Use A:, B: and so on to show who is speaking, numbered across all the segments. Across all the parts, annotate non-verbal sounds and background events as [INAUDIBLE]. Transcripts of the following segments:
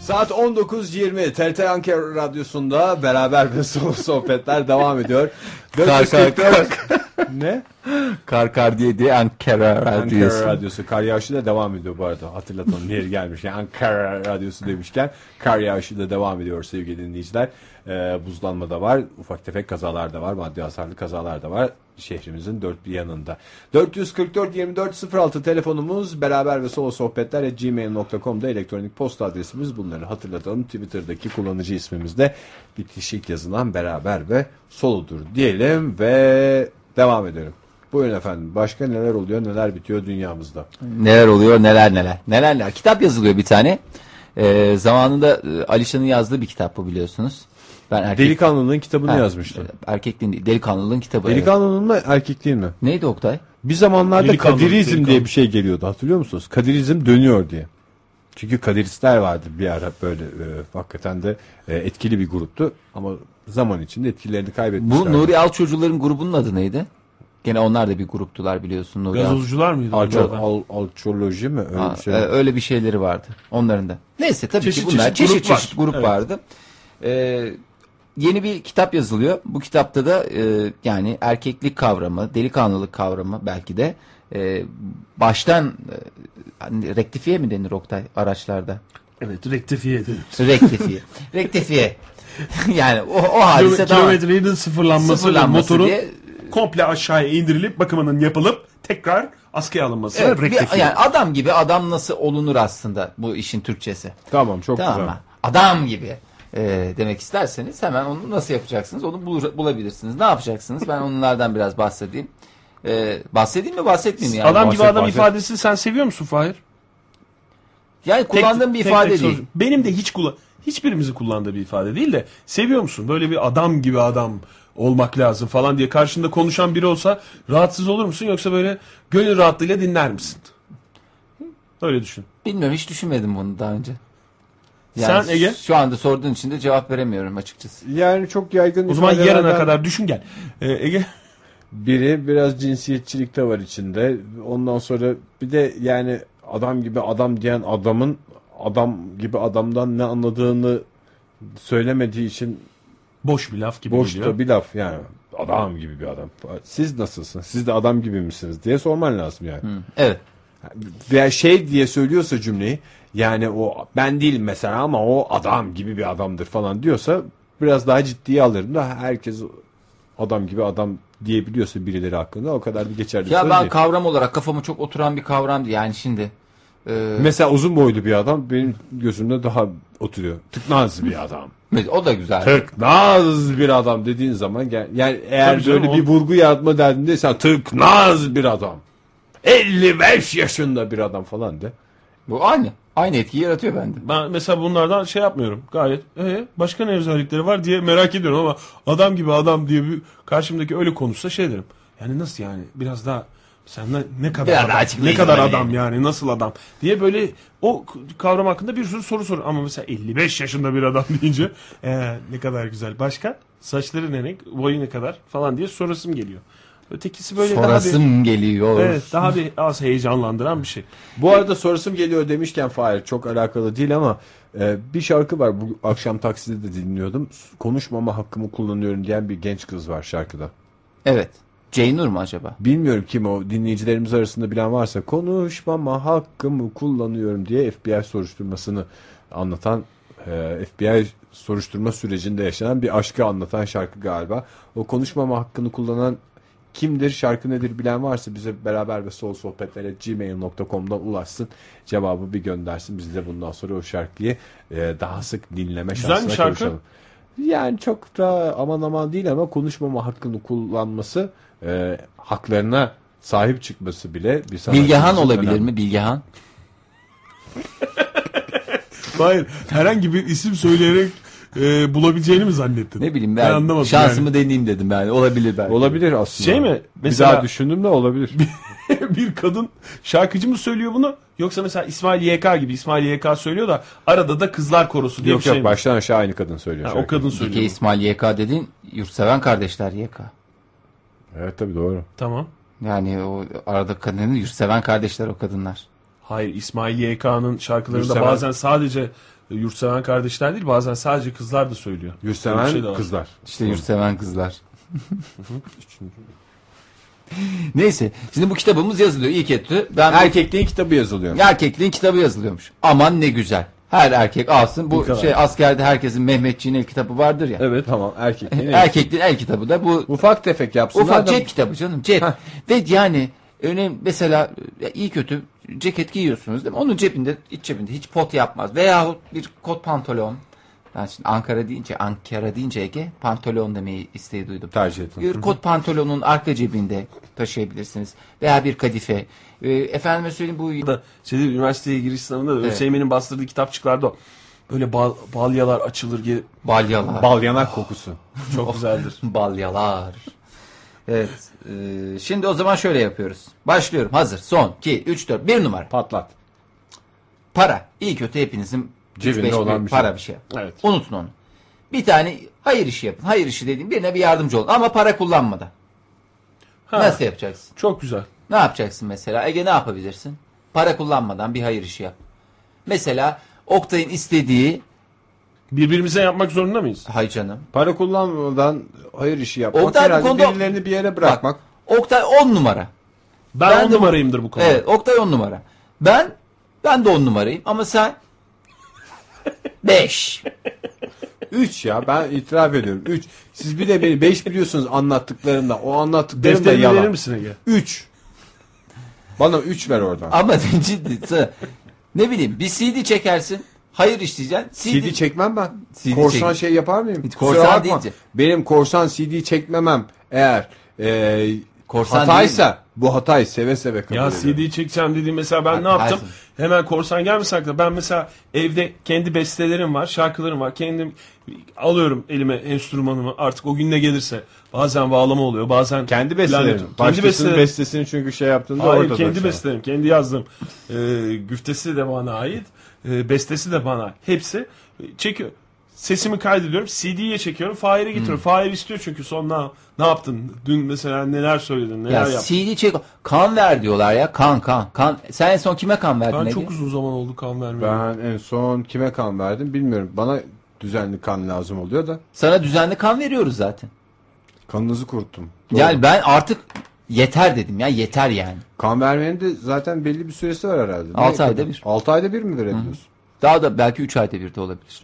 A: Saat 19.20 TRT Ankara Radyosu'nda beraber ve soğuk [LAUGHS] sohbetler devam ediyor.
B: Kar kar
A: 444
B: kar
A: ne?
B: kar kar diye diye Ankara
A: Ankara
B: radyosu.
A: Radyosu. Kar yağışı da devam ediyor bu arada. Hatırlatalım yeri gelmiş. Yani Ankara Radyosu demişken kar yağışı da devam ediyor sevgili dinleyiciler. Ee, buzlanma da var. Ufak tefek kazalar da var. Maddi hasarlı kazalar da var. Şehrimizin dört bir yanında. 444-2406 telefonumuz beraber ve solo sohbetler at gmail.com'da elektronik posta adresimiz. Bunları hatırlatalım. Twitter'daki kullanıcı ismimiz de bitişik yazılan beraber ve soludur diyelim ve devam edelim. Buyurun efendim. Başka neler oluyor, neler bitiyor dünyamızda?
B: Neler oluyor neler neler. Neler neler. Kitap yazılıyor bir tane. Ee, zamanında e, Alişan'ın yazdığı bir kitap bu biliyorsunuz. Ben erkek,
A: Delikanlılığın kitabını
B: Ha, e,
A: yazmıştı.
B: erkekliğin değil, delikanlılığın kitabı. evet.
A: Delikanlılığın mı, erkekliğin mi?
B: Neydi Oktay?
A: Bir zamanlarda
C: Delikanlılık,
A: Kadirizm
C: delikanlı.
A: diye bir şey geliyordu. Hatırlıyor musunuz? Kadirizm dönüyor diye. Çünkü Kadiristler vardı bir ara böyle e, hakikaten de e, etkili bir gruptu ama zaman içinde etkilerini kaybetmişler.
B: Bu Nuri Al çocukların grubunun adı neydi? Gene onlar da bir gruptular biliyorsun Nuri Al.
C: Gazozcular mıydı?
A: Alço,
C: bunlar da?
A: al, alçoloji mi öyle
B: Ha,
A: bir şey?
B: e, öyle bir şeyleri vardı onların da. Neyse tabii
C: Çeşit
B: ki bunlar
C: çeşit
B: çeşit
C: grup
B: çeşit,
C: var.
B: grup
C: Evet.
B: vardı. Ee, yeni bir kitap yazılıyor. Bu kitapta da e, yani erkeklik kavramı, delikanlılık kavramı belki de e, baştan e, hani rektifiye mi denir Oktay araçlarda?
C: Evet rektifiye edildi.
B: Rektifiye. rektifiye. [LAUGHS] yani o, o hadise daha
C: Kilometrenin sıfırlanması,
B: sıfırlanması
C: motorun
B: diye
C: komple aşağıya indirilip bakımının yapılıp tekrar askıya alınması.
B: Evet, bir-
C: rektifiye.
B: yani adam gibi adam nasıl olunur aslında bu işin Türkçesi.
A: Tamam çok
B: Tamam
A: güzel.
B: mı? Adam gibi e, demek isterseniz hemen onu nasıl yapacaksınız? Onu bulur- bulabilirsiniz. Ne yapacaksınız? Ben onlardan biraz bahsedeyim. E, bahsedeyim mi bahsetmeyeyim mi? Yani?
C: adam gibi
A: bahset,
C: adam
A: bahset.
C: ifadesini sen seviyor musun Fahir?
B: yani
C: Tek-
B: kullandığım bir
C: tek-
B: ifade
C: tek
B: değil.
C: soru- Benim de hiç kullan hiçbirimizin kullandığı bir ifade değil de seviyor musun? Böyle bir adam gibi adam olmak lazım falan diye karşında konuşan biri olsa rahatsız olur musun yoksa böyle gönül rahatlığıyla dinler misin? Öyle düşün.
B: Bilmiyorum hiç düşünmedim bunu daha önce.
C: Sen Ege?
B: Şu anda sorduğun için de cevap veremiyorum açıkçası.
A: Yani çok yaygın
C: O zaman yarına
A: ifadelerden-
C: kadar düşün gel. Ee, Ege
A: Biri biraz cinsiyetçilik de var içinde. Ondan sonra bir de yani adam gibi adam diyen adamın adam gibi adamdan ne anladığını söylemediği için
C: boş bir laf gibi
A: boş
C: geliyor.
A: da bir laf yani. Adam gibi bir adam. Siz nasılsınız? Siz de adam gibi misiniz diye sorman lazım yani.
B: Evet.
A: Veya şey diye söylüyorsa cümleyi yani o ben değil mesela ama o adam gibi bir adamdır falan diyorsa biraz daha ciddiye alırım da herkes adam gibi adam diyebiliyorsa birileri hakkında o kadar bir geçerli bir
B: Ya
A: söz
B: ben
A: değil.
B: kavram olarak kafama çok oturan bir kavram değil. Yani şimdi e,
A: Mesela uzun boylu bir adam benim gözümde daha oturuyor. Tıknaz bir adam.
B: o da güzel.
A: Tıknaz bir adam dediğin zaman gel- yani eğer
C: Tabii canım,
A: böyle bir
C: o-
A: vurgu yaratma derdindeysen tıknaz bir adam. 55 yaşında bir adam falan de.
B: Bu aynı. Aynı etkiyi yaratıyor bende.
C: Ben mesela bunlardan şey yapmıyorum. Gayet ee, başka ne özellikleri var diye merak ediyorum ama adam gibi adam diye bir karşımdaki öyle konuşsa şey derim. Yani nasıl yani biraz daha sen ne, ne kadar
B: Biraz daha
C: adam, ne
B: açıklayın
C: kadar
B: bana
C: adam yani nasıl adam diye böyle o k- kavram hakkında bir sürü soru sor ama mesela 55 yaşında bir adam [LAUGHS] deyince ee, ne kadar güzel başka saçları ne renk boyu ne kadar falan diye sorasım geliyor. Ötekisi böyle daha bir
B: Sonrasım geliyor.
C: evet daha bir az heyecanlandıran bir şey.
A: Bu arada sorusum geliyor demişken Fahir çok alakalı değil ama e, bir şarkı var bu akşam takside de dinliyordum. Konuşmama hakkımı kullanıyorum diyen bir genç kız var şarkıda.
B: Evet. Ceynur mu acaba?
A: Bilmiyorum kim o dinleyicilerimiz arasında bilen varsa konuşmama hakkımı kullanıyorum diye FBI soruşturmasını anlatan e, FBI soruşturma sürecinde yaşanan bir aşkı anlatan şarkı galiba. O konuşmama hakkını kullanan kimdir şarkı nedir bilen varsa bize beraber ve sol sohbetlere gmail.com'dan ulaşsın cevabı bir göndersin biz de bundan sonra o şarkıyı e, daha sık dinleme
C: Güzel bir
A: şansına
C: şarkı.
A: kavuşalım. Yani çok da aman aman değil ama konuşmama hakkını kullanması, e, haklarına sahip çıkması bile bir sanatçı
B: Bilgehan
A: için
B: olabilir
A: önemli.
B: mi? Bilgehan.
C: Hayır herhangi bir isim söyleyerek e, bulabileceğini mi zannettin?
B: Ne bileyim
C: ben
B: ben,
C: anlamadım
B: şansımı deneyeyim dedim yani. Olabilir belki.
A: Olabilir aslında.
C: Şey mi?
A: Mesela...
C: Mesela-
A: Bir daha düşündüm de
C: [LAUGHS]
A: olabilir.
C: yani. bir kadın şarkıcı mı söylüyor bunu yoksa mesela İsmail YK gibi İsmail YK söylüyor da arada da kızlar korosu diye bir
A: yok
C: şey
A: yok
C: mi?
A: baştan aşağı aynı kadın söylüyor.
C: Ha, o
A: şarkıyı.
C: kadın
B: Peki
C: söylüyor. bunu.
B: İsmail YK dediğin yurtseven kardeşler YK.
A: Evet tabii doğru.
C: Tamam.
B: Yani o arada kadının yurtseven kardeşler o kadınlar.
C: Hayır İsmail YK'nın şarkılarında
A: Gülseven-
C: bazen sadece e, yurtseven kardeşler değil bazen sadece kızlar da söylüyor.
A: Yurtseven
C: Böyle bir şey de var.
A: kızlar.
B: İşte yurtseven kızlar. Neyse. Şimdi bu kitabımız yazılıyor. İlk etti. Ben
A: Erkekliğin kitabı yazılıyor.
B: Erkekliğin kitabı yazılıyormuş. Aman ne güzel. Her erkek alsın. Bu
C: kadar.
B: şey askerde herkesin Mehmetçiğin el kitabı vardır ya.
A: Evet tamam erkekliğin.
B: Erkekliğin el kitabı da bu
A: Ufak tefek yapsınlar
B: ufak
A: da-
B: cep kitabı canım cep. Ve yani önemli mesela ya iyi kötü ceket giyiyorsunuz değil mi? Onun cebinde iç cebinde hiç pot yapmaz. Veyahut bir kot pantolon. Ben şimdi Ankara deyince Ankara deyince Ege pantolon demeyi isteği duydum.
A: Tercih ettim.
B: Bir kot pantolonun arka cebinde taşıyabilirsiniz. Veya bir kadife. Ee, efendime söyleyeyim bu
C: da şeyde üniversiteye giriş sınavında da ÖSYM'nin bastırdığı kitapçıklarda o. Böyle bal, balyalar açılır gibi
B: balyalar.
A: Bal yanak kokusu.
C: çok güzeldir.
B: Balyalar. Evet. e, şimdi o zaman şöyle yapıyoruz. Başlıyorum. Hazır. Son, 2, 3, 4, 1 numara.
A: Patlat.
B: Para. İyi kötü hepinizin
A: Cebinde
B: üç beş
A: olan
B: bir
A: bir şey.
B: para bir şey.
C: Evet.
B: Unutun onu. Bir tane hayır işi yapın. Hayır işi dediğim birine bir yardımcı olun. Ama para kullanmadan.
C: Ha,
B: Nasıl yapacaksın?
C: Çok güzel.
B: Ne yapacaksın mesela? Ege ne yapabilirsin? Para kullanmadan bir hayır işi yap. Mesela Oktay'ın istediği...
C: Birbirimize yapmak zorunda mıyız?
B: Hay canım.
A: Para kullanmadan hayır işi yapmak.
B: Oktay bu
A: herhalde
B: konuda-
A: birilerini bir yere bırakmak.
B: Bak, Oktay 10 numara.
C: Ben,
B: Ben
C: on
B: de-
C: numarayımdır bu konuda.
B: Evet Oktay 10 numara. Ben ben de 10 numarayım ama sen 5.
A: 3 ya ben itiraf ediyorum 3. Siz bir de beni 5 biliyorsunuz anlattıklarımda. O anlattıklarım da
C: Defterini verir
A: yalan.
C: misin Ege?
A: 3. Bana 3 ver oradan.
B: Ama [LAUGHS] ciddi. sen- Ne bileyim bir CD çekersin. Hayır işleyeceksin. CD,
A: CD çekmem ben.
B: CD
A: korsan
B: çekin.
A: şey yapar mıyım?
B: Hiç
A: Kusura
B: korsan
A: bakma.
B: deyince.
A: Benim korsan CD çekmemem eğer e,
B: Korsan değil
A: hataysa bu hatayı seve seve kabul
C: Ya
A: ediyorum.
C: CD çekeceğim dediğim mesela ben ne
B: Her-
C: yaptım?
B: her- şey.
C: Hemen korsan gelmesek de ben mesela evde kendi bestelerim var, şarkılarım var. Kendim alıyorum elime enstrümanımı artık o gün ne gelirse. Bazen bağlama oluyor, bazen
A: Kendi
C: klarnet.
A: bestelerim.
C: Kendi
A: Başkasının
C: bestelerim.
A: bestesini çünkü şey yaptığında
C: Hayır
A: ortada.
C: kendi
A: şu an.
C: bestelerim. Kendi yazdım. güftesi de bana ait. e, bestesi de bana. Hepsi e, çekiyor. Sesimi kaydediyorum. CD'ye çekiyorum. Fahir'e getiriyorum.
B: Hmm.
C: Fahir istiyor çünkü son ne, ne yaptın? Dün mesela neler söyledin? Neler
B: Ya
C: yaptın?
B: CD çek. Kan ver diyorlar ya. Kan kan kan. Sen en son kime kan verdin?
C: Ben
B: Ege?
C: çok uzun zaman oldu kan vermiyorum.
A: Ben en son kime kan verdim bilmiyorum. Bana düzenli kan lazım oluyor da
B: Sana düzenli kan veriyoruz zaten.
A: kanınızı kuruttum. Doğru.
B: Yani ben artık yeter dedim ya yeter yani.
A: Kan vermenin de zaten belli bir süresi var herhalde.
B: Altı ayda bir.
A: 6 ayda bir mi verebiliyorsun?
B: Daha da belki 3 ayda bir de olabilir.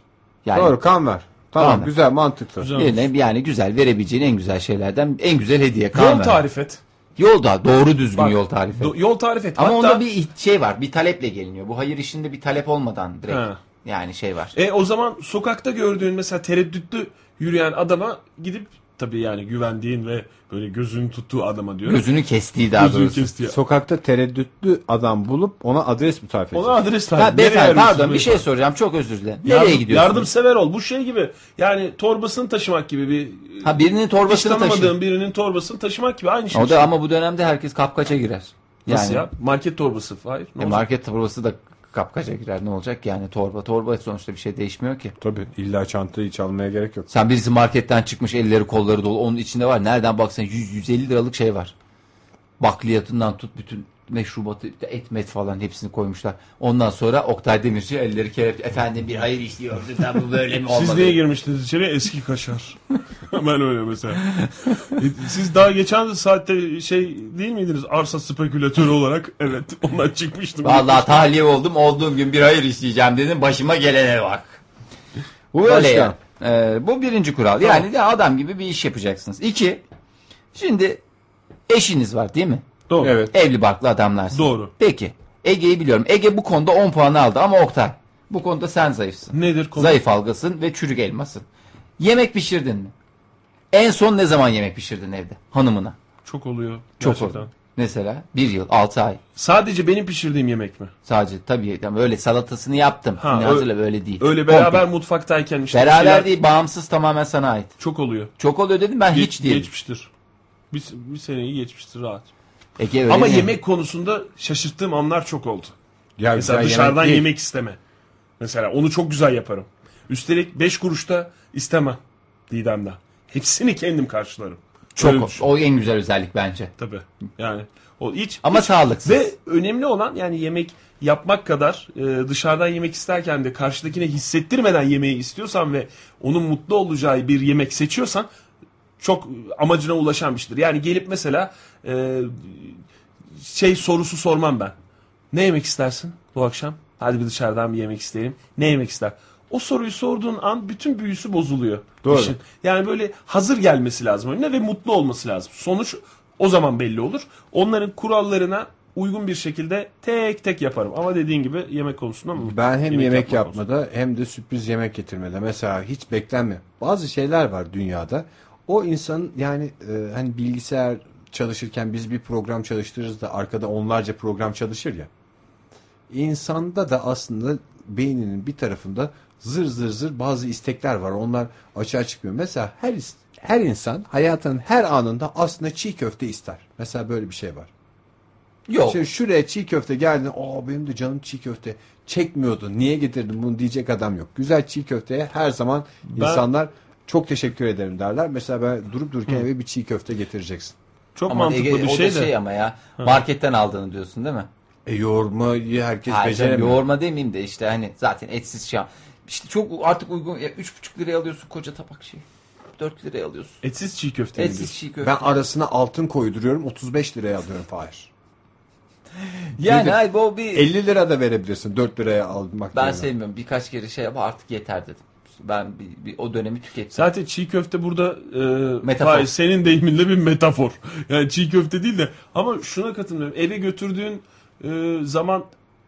B: Yani
A: Doğru kan ver. Tamam
B: Kan ver.
A: güzel mantıklı.
C: Güzel.
B: Birine yani güzel verebileceğin en güzel şeylerden en güzel hediye kan
C: Yol
B: ver.
C: tarif et.
B: Yol da doğru düzgün
C: Bak,
B: yol tarifi.
C: do- yol tarif et.
B: Ama
C: Hatta,
B: onda bir iht- şey var. Bir taleple geliniyor. Bu hayır işinde bir talep olmadan direkt
C: He.
B: yani şey var.
C: E, o zaman sokakta gördüğün mesela tereddütlü yürüyen adama gidip tabii yani güvendiğin ve böyle gözünü tuttuğu adama diyorum.
B: Gözünü kestiği daha
C: Gözünü
B: doğrusu.
C: kestiği.
A: Sokakta tereddütlü adam bulup ona adres mi tarif edeceksin?
C: Ona adres ver.
B: Ha, beyefendi
C: Nereye
B: pardon bir
C: arıyorsun?
B: şey soracağım. Çok özür dilerim. Nereye
C: Yardım-
B: gidiyorsunuz?
C: Yardımsever ol. Bu şey gibi. Yani torbasını taşımak gibi bir
B: Ha birinin
C: hiç
B: torbasını
C: tanımadığın
B: taşıyor.
C: birinin torbasını taşımak gibi aynı şey.
B: O da ama bu dönemde herkes kapkaça girer. Yani,
C: Nasıl ya? Market torbası. Hayır. Ne
B: E,
C: olacak?
B: market torbası da kapkaça girer. Ne olacak yani torba torba sonuçta bir şey değişmiyor ki.
A: Tabii illa çantayı çalmaya gerek yok.
B: Sen birisi marketten çıkmış elleri kolları dolu. Onun içinde var. Nereden baksan 100-150 liralık şey var. Bakliyatından tut bütün meşrubatı et met falan hepsini koymuşlar. Ondan sonra Oktay Demirci elleri kelepçe. Efendim bir hayır işliyordu. Tabi bu böyle mi olmadı?
C: Siz niye girmiştiniz içeri? Eski kaşar. [LAUGHS] Hemen öyle mesela. E, Siz daha geçen saatte şey değil miydiniz? Arsa spekülatörü olarak. Evet. Ondan çıkmıştım.
B: Vallahi tahliye oldum. Olduğum gün bir hayır işleyeceğim dedim. Başıma gelene bak. Bu
A: Başka?
B: öyle yani. Ee, bu birinci kural. Yani de adam gibi bir iş yapacaksınız. İki. Şimdi eşiniz var değil mi?
C: Doğru.
A: Evet.
B: Evli barklı adamlarsın.
C: Doğru.
B: Peki. Ege'yi biliyorum. Ege bu konuda 10 puan aldı ama Oktay bu konuda sen zayıfsın.
C: Nedir konu?
B: Zayıf algısın ve çürük elmasın. Yemek pişirdin mi? En son ne zaman yemek pişirdin evde hanımına?
C: Çok oluyor.
B: Çok
C: gerçekten.
B: oldu. Mesela bir yıl, altı ay.
C: Sadece benim pişirdiğim yemek mi?
B: Sadece tabii yani öyle salatasını yaptım.
C: Ha,
B: Şimdi
C: ö-
B: hazırla böyle değil.
C: Öyle beraber
B: Komple.
C: mutfaktayken işte bir
B: Beraber
C: şeyler-
B: değil bağımsız tamamen sana ait.
C: Çok oluyor.
B: Çok oluyor dedim ben
C: Geç-
B: hiç değil.
C: Geçmiştir. Bir, bir seneyi geçmiştir rahat.
B: Ege öyle
C: Ama
B: mi?
C: yemek konusunda şaşırttığım anlar çok oldu.
A: Ya
C: Mesela
A: güzel
C: dışarıdan
A: değil.
C: yemek, isteme. Mesela onu çok güzel yaparım. Üstelik 5 kuruşta istemem Didem'den. Hepsini kendim karşılarım.
B: Çok
C: Öyle şey
B: o,
C: düşün.
B: o en güzel özellik bence.
C: Tabii. Yani o hiç
B: Ama sağlıksız.
C: Ve önemli olan yani yemek yapmak kadar e, dışarıdan yemek isterken de karşıdakine hissettirmeden yemeği istiyorsan ve onun mutlu olacağı bir yemek seçiyorsan çok amacına ulaşanmıştır. Yani gelip mesela e, şey sorusu sormam ben. Ne yemek istersin bu akşam? Hadi bir dışarıdan bir yemek isteyelim. Ne yemek ister? O soruyu sorduğun an bütün büyüsü bozuluyor.
A: Doğru.
C: Yani böyle hazır gelmesi lazım önüne ve mutlu olması lazım. Sonuç o zaman belli olur. Onların kurallarına uygun bir şekilde tek tek yaparım. Ama dediğin gibi yemek konusunda mı?
A: Ben hem yemek,
C: yapmak konusunda.
A: yapmada hem de sürpriz yemek getirmede mesela hiç beklenme. Bazı şeyler var dünyada. O insanın yani e, hani bilgisayar çalışırken biz bir program çalıştırırız da arkada onlarca program çalışır ya. İnsanda da aslında beyninin bir tarafında zır zır zır bazı istekler var. Onlar açığa çıkmıyor. Mesela her is- her insan hayatının her anında aslında çiğ köfte ister. Mesela böyle bir şey var.
B: Yok.
C: Şey,
A: Şimdi şuraya çiğ köfte geldi. Aa benim de canım çiğ köfte çekmiyordu. Niye getirdin bunu diyecek adam yok. Güzel çiğ köfteye her zaman insanlar çok teşekkür ederim derler. Mesela ben durup dururken eve bir çiğ köfte getireceksin.
C: Çok
B: Aman
C: mantıklı
B: Ege,
C: bir
B: o
C: şey de.
B: da şey ama ya. Marketten aldığını diyorsun değil mi?
A: E yoğurma herkes
B: Hayır canım,
A: beceremiyor.
B: yoğurma demeyeyim de işte hani zaten etsiz şey. İşte çok artık uygun. Ya 3,5 liraya alıyorsun koca tabak şey. 4 liraya alıyorsun.
C: Etsiz çiğ köfte. mi
B: Etsiz
C: diyorsun?
B: çiğ köfte.
A: Ben arasına altın koyduruyorum 35 liraya alıyorum Fahir.
B: yani
A: dedim.
B: hayır bu bir
A: 50 lira da verebilirsin 4 liraya almak
B: ben
A: yerine.
B: sevmiyorum. Birkaç kere şey ama artık yeter dedim. Ben bir, bir o dönemi tükettim.
C: Zaten çiğ köfte burada e,
B: Metafor.
C: Fahir, senin deyiminle bir metafor. Yani çiğ köfte değil de ama şuna katılmıyorum. Eve götürdüğün e, zaman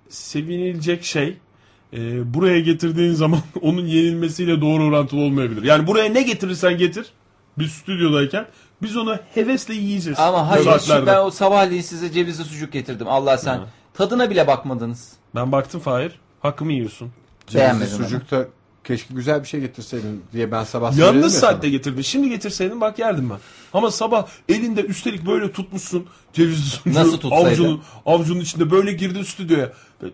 C: sevinilecek şey e, buraya getirdiğin zaman [LAUGHS] onun yenilmesiyle doğru orantılı olmayabilir. Yani buraya ne getirirsen getir biz stüdyodayken biz onu hevesle yiyeceğiz.
B: Ama
C: Bu
B: hayır şimdi
C: saatlerde.
B: ben o sabahleyin size cevizli sucuk getirdim. Allah sen tadına bile bakmadınız.
C: Ben baktım Fahir hakkımı yiyorsun.
A: Cevizli
B: Beğenmedim ama.
A: sucukta keşke güzel bir şey getirseydin diye ben sabah söyledim ya
C: Yalnız
A: sana.
C: saatte getirdin. Şimdi getirseydin bak yerdim ben. Ama sabah elinde üstelik böyle tutmuşsun cevizli sucuğu.
B: Nasıl tutsaydı?
C: Avcunun, avcunun içinde böyle girdin stüdyoya. Böyle-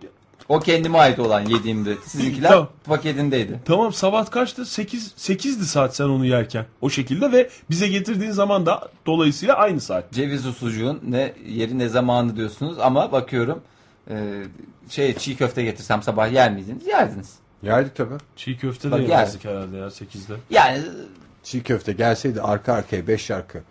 B: O kendime ait olan yediğimde. Sizinkiler
C: Tamam.
B: paketindeydi.
C: Tamam sabah kaçtı? 8 8'di saat sen onu yerken. O şekilde ve bize getirdiğin zaman da dolayısıyla aynı saat.
B: Cevizli sucuğun ne yeri ne zamanı diyorsunuz ama bakıyorum e, şey çiğ köfte getirsem sabah yer miydiniz? Yerdiniz.
A: Yerdik tabii.
C: Çiğ köfte de
B: Bak
C: yemezdik herhalde ya 8'de.
B: Yani e,
A: Çiğ köfte gelseydi arka arkaya 5 şarkı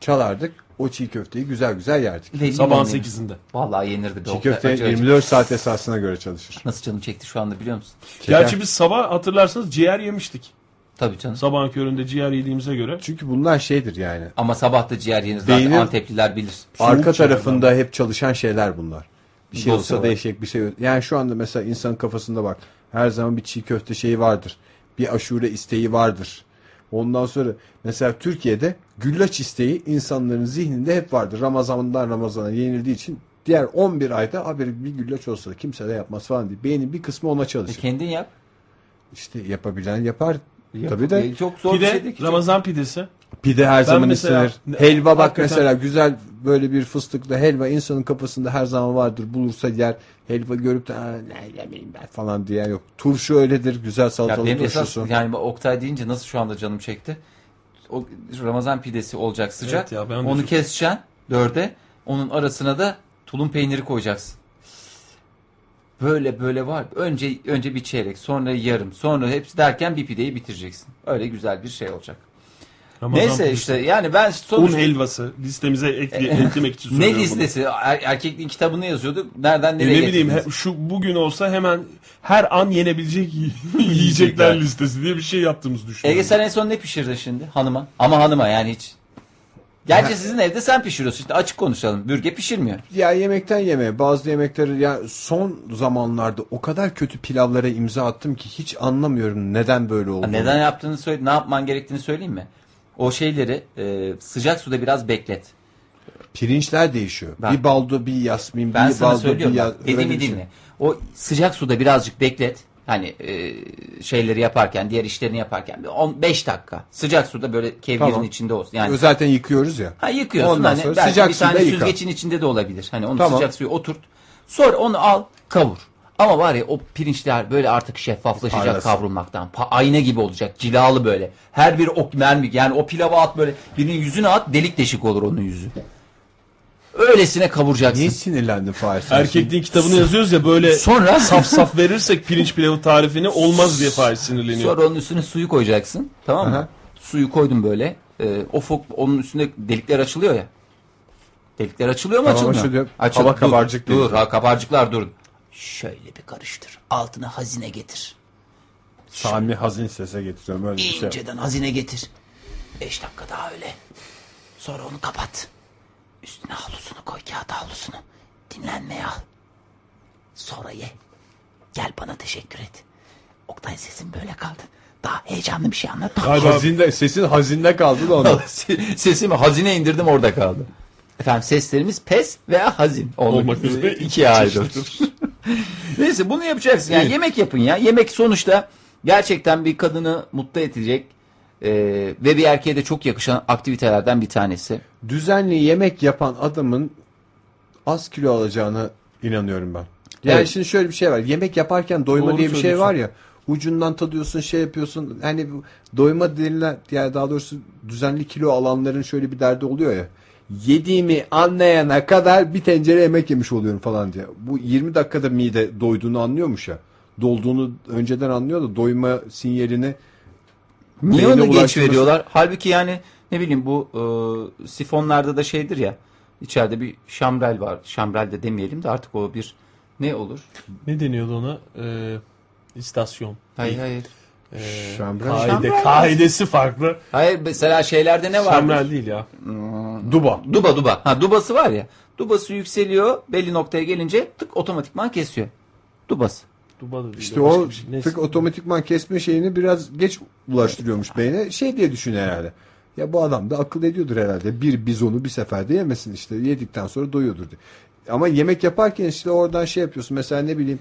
A: çalardık. O çiğ köfteyi güzel güzel yerdik.
B: ne bileyim
C: Sabahın
B: ne-
C: 8'inde.
B: Vallahi yenirdi. be.
A: Çiğ
B: O-
A: köfte
B: acı acı.
A: 24 saat esasına göre çalışır.
B: Nasıl canım çekti şu anda biliyor musun?
C: Gerçi biz sabah hatırlarsanız ciğer yemiştik.
B: Tabii canım.
C: Sabahın köründe ciğer yediğimize göre.
A: Çünkü bunlar şeydir yani.
B: Ama sabah da ciğer yenir zaten
A: Beynin-
B: Antepliler bilir.
A: Arka
C: ciğer
A: tarafında hep çalışan şeyler bunlar. Bir şey
B: Dosya
A: olsa
B: var.
A: değişecek bir şey yok. Yani şu anda mesela insanın kafasında bak. Her zaman bir çiğ köfte şeyi vardır. Bir aşure isteği vardır. Ondan sonra mesela Türkiye'de güllaç isteği insanların zihninde hep vardır. Ramazan'dan Ramazan'a yenildiği için diğer 11 ayda haberi bir güllaç olsa da kimse de yapmaz falan diye. Beynin bir kısmı ona
B: E,
A: çalışır.
B: kendin yap.
A: İşte yapabilen yapar.
B: Yap.
A: Tabii de
B: E, Çok zor bir şey
C: Pide,
B: değil ki.
C: Ramazan pidesi.
A: Pide her zaman
C: mesela-
A: istenir. Helva bak
C: Hakikaten-
A: mesela güzel böyle bir fıstıklı helva insanın kafasında her zaman vardır. Bulursa yer helva görüp de "Aa, ne yemeyeyim ben falan diyen yok. Turşu öyledir. Güzel
B: Ya
A: salatalık
B: benim esas
A: turşusu.
B: yani bu Oktay deyince nasıl şu anda canım çekti? O Ramazan pidesi olacak sıcak.
C: Evet ya, ben de
B: Onu
C: çok-
B: keseceksin dörde. Onun arasına da tulum peyniri koyacaksın. Böyle böyle var. Önce önce bir çeyrek, sonra yarım, sonra hepsi derken bir pideyi bitireceksin. Öyle güzel bir şey olacak.
C: Ramazan
B: Neyse
C: pidesi.
B: işte yani ben
C: Un
B: sonuçta
C: helvası listemize ekle, eklemek için
B: ne
C: söylüyorum bunu.
B: listesi? Er- erkekliğin kitabını yazıyorduk. Nereden
C: E
B: nereye
C: ne bileyim
B: getirdiniz?
C: he- şu bugün olsa hemen her an yenebilecek [LAUGHS] yiyecekler listesi diye bir şey yaptığımızı düşünüyorum.
B: Ege sen en son ne pişirdin şimdi hanıma? Ama hanıma yani hiç. Gerçi sizin evde sen pişiriyorsun. İşte açık konuşalım. Bürge pişirmiyor.
A: Ya yemekten yeme. Bazı yemekleri ya son zamanlarda o kadar kötü pilavlara imza attım ki hiç anlamıyorum neden böyle oldu.
B: Neden yaptığını söyle, ne yapman gerektiğini söyleyeyim mi? O şeyleri e, sıcak suda biraz beklet.
A: Pirinçler değişiyor.
B: Bak.
A: bir baldo bir yasmin,
B: Ben
A: bir
B: sana
A: baldo bir
B: söylüyorum.
A: ya-
B: bak,
A: öyle bir
B: Dediğimi
A: şey.
B: dinle. O sıcak suda birazcık beklet. Hani e, şeyleri yaparken, diğer işlerini yaparken bir 15 dakika. Sıcak suda böyle kevgirin
A: Tamam.
B: içinde olsun. Yani
A: Zaten yıkıyoruz ya.
B: Ha yıkıyorsun
A: Ondan
B: hani
A: sonra
B: belki
A: sıcak
B: bir tane
A: suyla yıka.
B: süzgecin içinde de olabilir. Hani onu
A: Tamam.
B: sıcak suya oturt. Sonra onu al kavur. Ama var ya o pirinçler böyle artık şeffaflaşacak
A: Parlasın.
B: kavrulmaktan. Pa- ayna gibi olacak. Cilalı böyle. Her bir ok mermi yani o pilava at böyle birinin yüzüne at delik deşik olur onun yüzü. Öylesine kavuracaksın.
A: Niye sinirlendin Fahir? sen?
C: Erkekliğin kitabını yazıyoruz ya böyle
B: [LAUGHS] Sonra
C: saf saf verirsek pirinç pilavı tarifini olmaz diye Fahir sinirleniyor.
B: Sonra onun üstüne suyu koyacaksın. Tamam mı?
A: Aha.
B: Suyu koydum böyle. Ee, o fok onun üstünde delikler açılıyor ya. Delikler açılıyor mu
A: Tamam,
B: açılmıyor?
A: açılıyor.
B: Açıl-
A: Hava
B: dur,
A: kabarcık
B: Dur,
A: delikler.
B: ha, kabarcıklar durun. Şöyle bir karıştır. Altına hazine getir.
A: Sami hazin sese getiriyorum öyle bir şey.
B: İnceden hazine getir. Beş dakika daha öyle. Sonra onu kapat. Üstüne havlusunu koy kağıt havlusunu. Dinlenmeye al. Sonra ye. Gel bana teşekkür et. Oktay sesin böyle kaldı. Daha heyecanlı bir şey anlat.
A: Hazinde, sesin hazinde kaldı da onu.
B: [LAUGHS] Sesimi hazine indirdim orada kaldı. Efendim seslerimiz pes veya hazin olmak,
C: Olmak üzere
B: üzere
C: iki
B: ikiye ayrılır. [LAUGHS] Neyse bunu yapacaksın. Yani yemek yapın ya. Yemek sonuçta gerçekten bir kadını mutlu edecek e, ve bir erkeğe de çok yakışan aktivitelerden bir tanesi.
A: [LAUGHS] Düzenli yemek yapan adamın az kilo alacağına inanıyorum ben. Yani
B: Evet.
A: şimdi şöyle bir şey var. Yemek yaparken doyma
C: Doğru
A: diye bir şey
C: söylüyorsun.
A: var ya. Ucundan tadıyorsun, şey yapıyorsun. Hani bu doyma denilen yani daha doğrusu düzenli kilo alanların şöyle bir derdi oluyor ya. Yediğimi anlayana kadar bir tencere yemek yemiş oluyorum falan diye. Bu 20 dakikada mide doyduğunu anlıyormuş ya. Dolduğunu önceden anlıyor da doyma sinyalini
B: Niye
A: Beyne
B: onu geç
A: ulaştırması-
B: veriyorlar? Halbuki yani ne bileyim bu e, sifonlarda da şeydir ya. İçeride bir şamrel var. Şamrel de demeyelim de artık o bir ne olur?
C: [LAUGHS] Ne deniyordu ona? Ee, istasyon.
B: Hayır hayır.
C: Ee,
A: Şamrel.
C: kaide, kaidesi farklı.
B: Hayır mesela şeylerde ne var?
C: Şamrel değil ya.
A: duba.
B: Duba duba. Ha dubası var ya. Dubası yükseliyor. Belli noktaya gelince tık otomatikman kesiyor. Dubası.
C: Duba da değil.
A: İşte
C: başka
A: o
C: bir şey. Neyse.
A: tık otomatikman kesme şeyini biraz geç ulaştırıyormuş beyne. Şey diye düşün herhalde. Ya bu adam da akıl ediyordur herhalde. Bir bizonu bir seferde yemesin işte. Yedikten sonra doyuyordur diye. Ama yemek yaparken işte oradan şey yapıyorsun. Mesela ne bileyim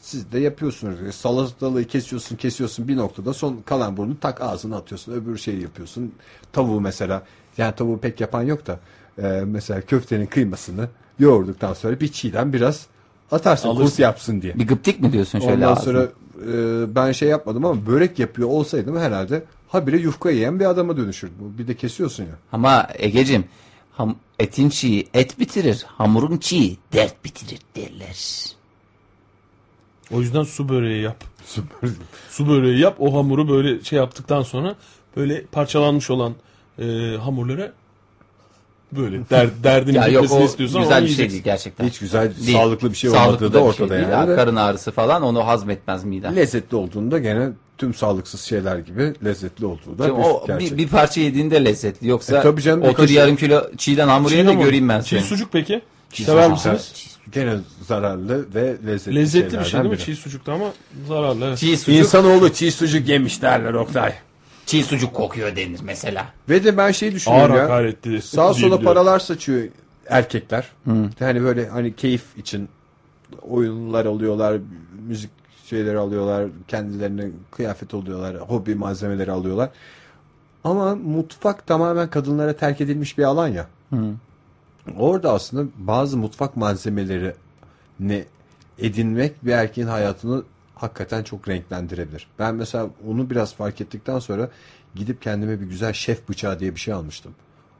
A: siz de yapıyorsunuz. E, Salatalığı kesiyorsun kesiyorsun bir noktada son kalan burnunu tak ağzına atıyorsun. Öbür şeyi yapıyorsun. Tavuğu mesela yani tavuğu pek yapan yok da e, mesela köftenin kıymasını yoğurduktan sonra bir çiğden biraz atarsın kurt
C: Alırsın.
A: yapsın diye.
B: Bir gıptik mi diyorsun şöyle
A: Ondan
B: ağzına?
A: sonra e, ben şey yapmadım ama börek yapıyor olsaydım herhalde habire yufka yiyen bir adama dönüşürdüm. Bir de kesiyorsun ya.
B: Ama Egecim ham, etin çiği et bitirir. Hamurun çiği dert bitirir derler.
C: O yüzden su böreği yap.
A: Süper.
C: Su böreği yap. O hamuru böyle şey yaptıktan sonra böyle parçalanmış olan e, hamurlara
B: [LAUGHS]
C: böyle der, derdini
B: Ya yok
C: bitmesini
B: o
C: istiyorsan onu
B: güzel bir şey
C: yiyeceksin.
B: değil gerçekten.
A: Hiç güzel
B: Değil.
A: sağlıklı bir şey
B: Sağlıklı
A: olmadığı
B: da
A: da
B: bir
A: ortada
B: şey değil.
A: yani.
B: Ha,
A: Ve
B: Karın ağrısı falan onu hazmetmez midem.
A: Lezzetli olduğunda gene tüm sağlıksız şeyler gibi lezzetli olduğu da
B: Şimdi
A: bir
B: o
A: gerçek.
B: bir, bir parça yediğinde lezzetli. Yoksa
A: E tabii canım, bir
B: otur
A: kaşık-
B: yarım kilo çiğden hamur
C: Çiğ
B: ye de
C: hamur.
B: göreyim ben
C: Çiğ
B: seni.
C: sucuk peki?
A: Çiğ
C: Sever
A: sucuk.
C: misiniz?
A: Gene zararlı ve lezzetli,
C: Lezzetli bir şey
A: şeylerden
C: değil mi?
A: biri.
C: Çiğ sucuk da ama zararlı. Evet.
B: Çiğ sucuk,
A: İnsanoğlu çiğ sucuk yemiş derler Oktay.
B: çiğ sucuk kokuyor denir mesela.
A: Ve de ben şey
C: Ağır
A: düşünüyorum ya.
C: hakaretli.
A: Sağa sola
C: diyebiliyorum.
A: paralar saçıyor erkekler. Hani böyle hani keyif için oyunlar alıyorlar, müzik şeyleri alıyorlar, kendilerine kıyafet alıyorlar, hobi malzemeleri alıyorlar. Ama mutfak tamamen kadınlara terk edilmiş bir alan ya. Orada aslında bazı mutfak malzemeleri ne edinmek bir erkeğin hayatını hakikaten çok renklendirebilir. Ben mesela onu biraz fark ettikten sonra gidip kendime bir güzel şef bıçağı diye bir şey almıştım.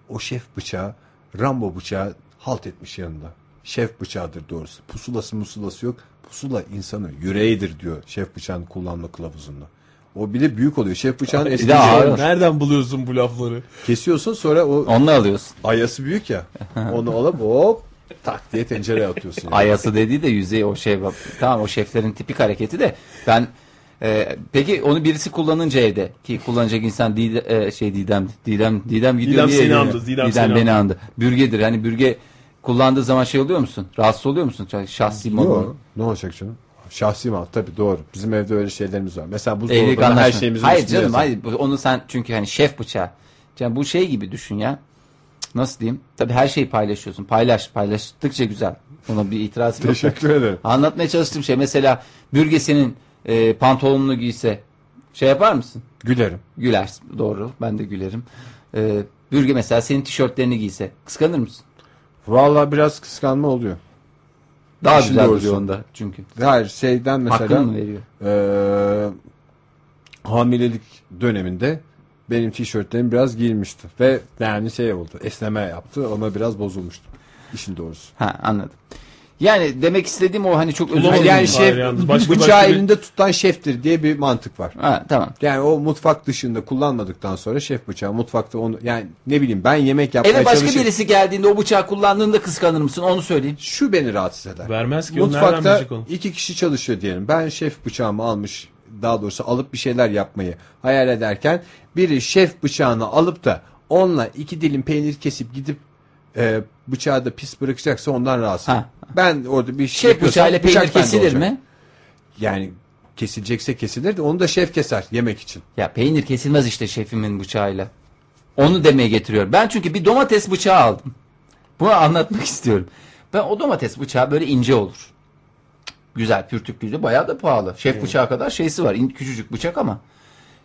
A: O şef bıçağı Rambo bıçağı halt etmiş yanında. Şef bıçağıdır doğrusu. Pusulası musulası yok. Pusula insanın yüreğidir diyor şef bıçağını kullanma kılavuzunda. O bir de büyük oluyor. Şef bıçağının eski
B: de ağır.
A: bıçağı-
C: Nereden buluyorsun bu lafları?
A: kesiyorsun sonra o
B: Onunla alıyorsun.
A: ayası büyük [LAUGHS] ya. Onu alıp hop tak diye tencereye atıyorsun. yani.
B: Ayası dediği de yüzey o şey. Tamam o şeflerin tipik hareketi de ben e, peki onu birisi kullanınca evde ki kullanacak insan Dide, e, şey Didem Didem Didem gidiyor
C: Didem
B: diye
C: seni
B: evine.
C: andı, Didem seni
B: beni andı. Bürgedir hani bürge kullandığı zaman şey oluyor musun? Rahatsız oluyor musun? Ç- Şahsi
A: Yok,
B: modu.
A: ne olacak canım? Şahsi mal tabii doğru. Bizim evde öyle şeylerimiz var. Mesela
B: Evlilik
A: buzdolabında
B: anlaşma.
A: her şeyimizin
B: Hayır
A: üstünde
B: canım
A: yazan.
B: hayır Bu- onu sen çünkü hani şef bıçağı. Yani bu şey gibi düşün ya. Cık, Nasıl diyeyim? Tabii her şeyi paylaşıyorsun. Paylaş, paylaştıkça güzel. Ona bir itiraz yok.
A: Teşekkür ederim.
B: Anlatmaya çalıştığım şey mesela bürgesinin e, pantolonunu giyse şey yapar mısın?
A: [LAUGHS] Gülerim.
B: Gülersin. Doğru. Ben de gülerim. E, bürge mesela senin tişörtlerini giyse kıskanır mısın?
A: Vallahi biraz kıskanma oluyor.
B: Daha
A: Eşin
B: güzel
A: doğru
B: duruyor
A: diyor.
B: onda çünkü.
A: Her şeyden
B: Hakkını
A: mesela
B: mı veriyor?
A: eee hamilelik döneminde benim tişörtlerim biraz giyilmişti ve yani şey oldu esneme yaptı ona biraz bozulmuştu işin doğrusu.
B: Ha anladım. Yani demek istediğim o hani çok özür
C: Bulamadım.
B: dilerim.
A: Yani
C: Hayır,
A: şef
C: yalnız başka-
A: bıçağı
C: başka bir-
A: elinde tutan şeftir diye bir mantık var.
B: Ha, tamam.
A: Yani o mutfak dışında kullanmadıktan sonra şef bıçağı mutfakta onu yani ne bileyim ben yemek yapmaya
B: Eve başka
A: çalışırken-
B: birisi geldiğinde o bıçağı kullandığında kıskanır mısın? Onu söyleyeyim.
A: Şu beni rahatsız eder.
C: Vermez ki, o nereden
A: Mutfakta
C: bilecek onu?
A: iki kişi çalışıyor diyelim. Ben şef bıçağımı almış daha doğrusu alıp bir şeyler yapmayı hayal ederken biri şef bıçağını alıp da onunla iki dilim peynir kesip gidip e, bıçağı da pis bırakacaksa ondan rahatsız.
B: Ha.
A: Ben orada bir şey
B: Şef
A: yapıyorsam
B: bıçağıyla peynir
A: bıçak bende
B: kesilir
A: olacak.
B: mi?
A: Yani kesilecekse kesilir de onu da şef keser yemek için.
B: Ya peynir kesilmez işte şefimin bıçağıyla. Onu demeye getiriyor. Ben çünkü bir domates bıçağı aldım. Bunu anlatmak [LAUGHS] istiyorum. Ben o domates bıçağı böyle ince olur. Güzel pürtüklüydü. Bayağı da pahalı. Şef bıçağı kadar şeysi var. in- Küçücük bıçak ama.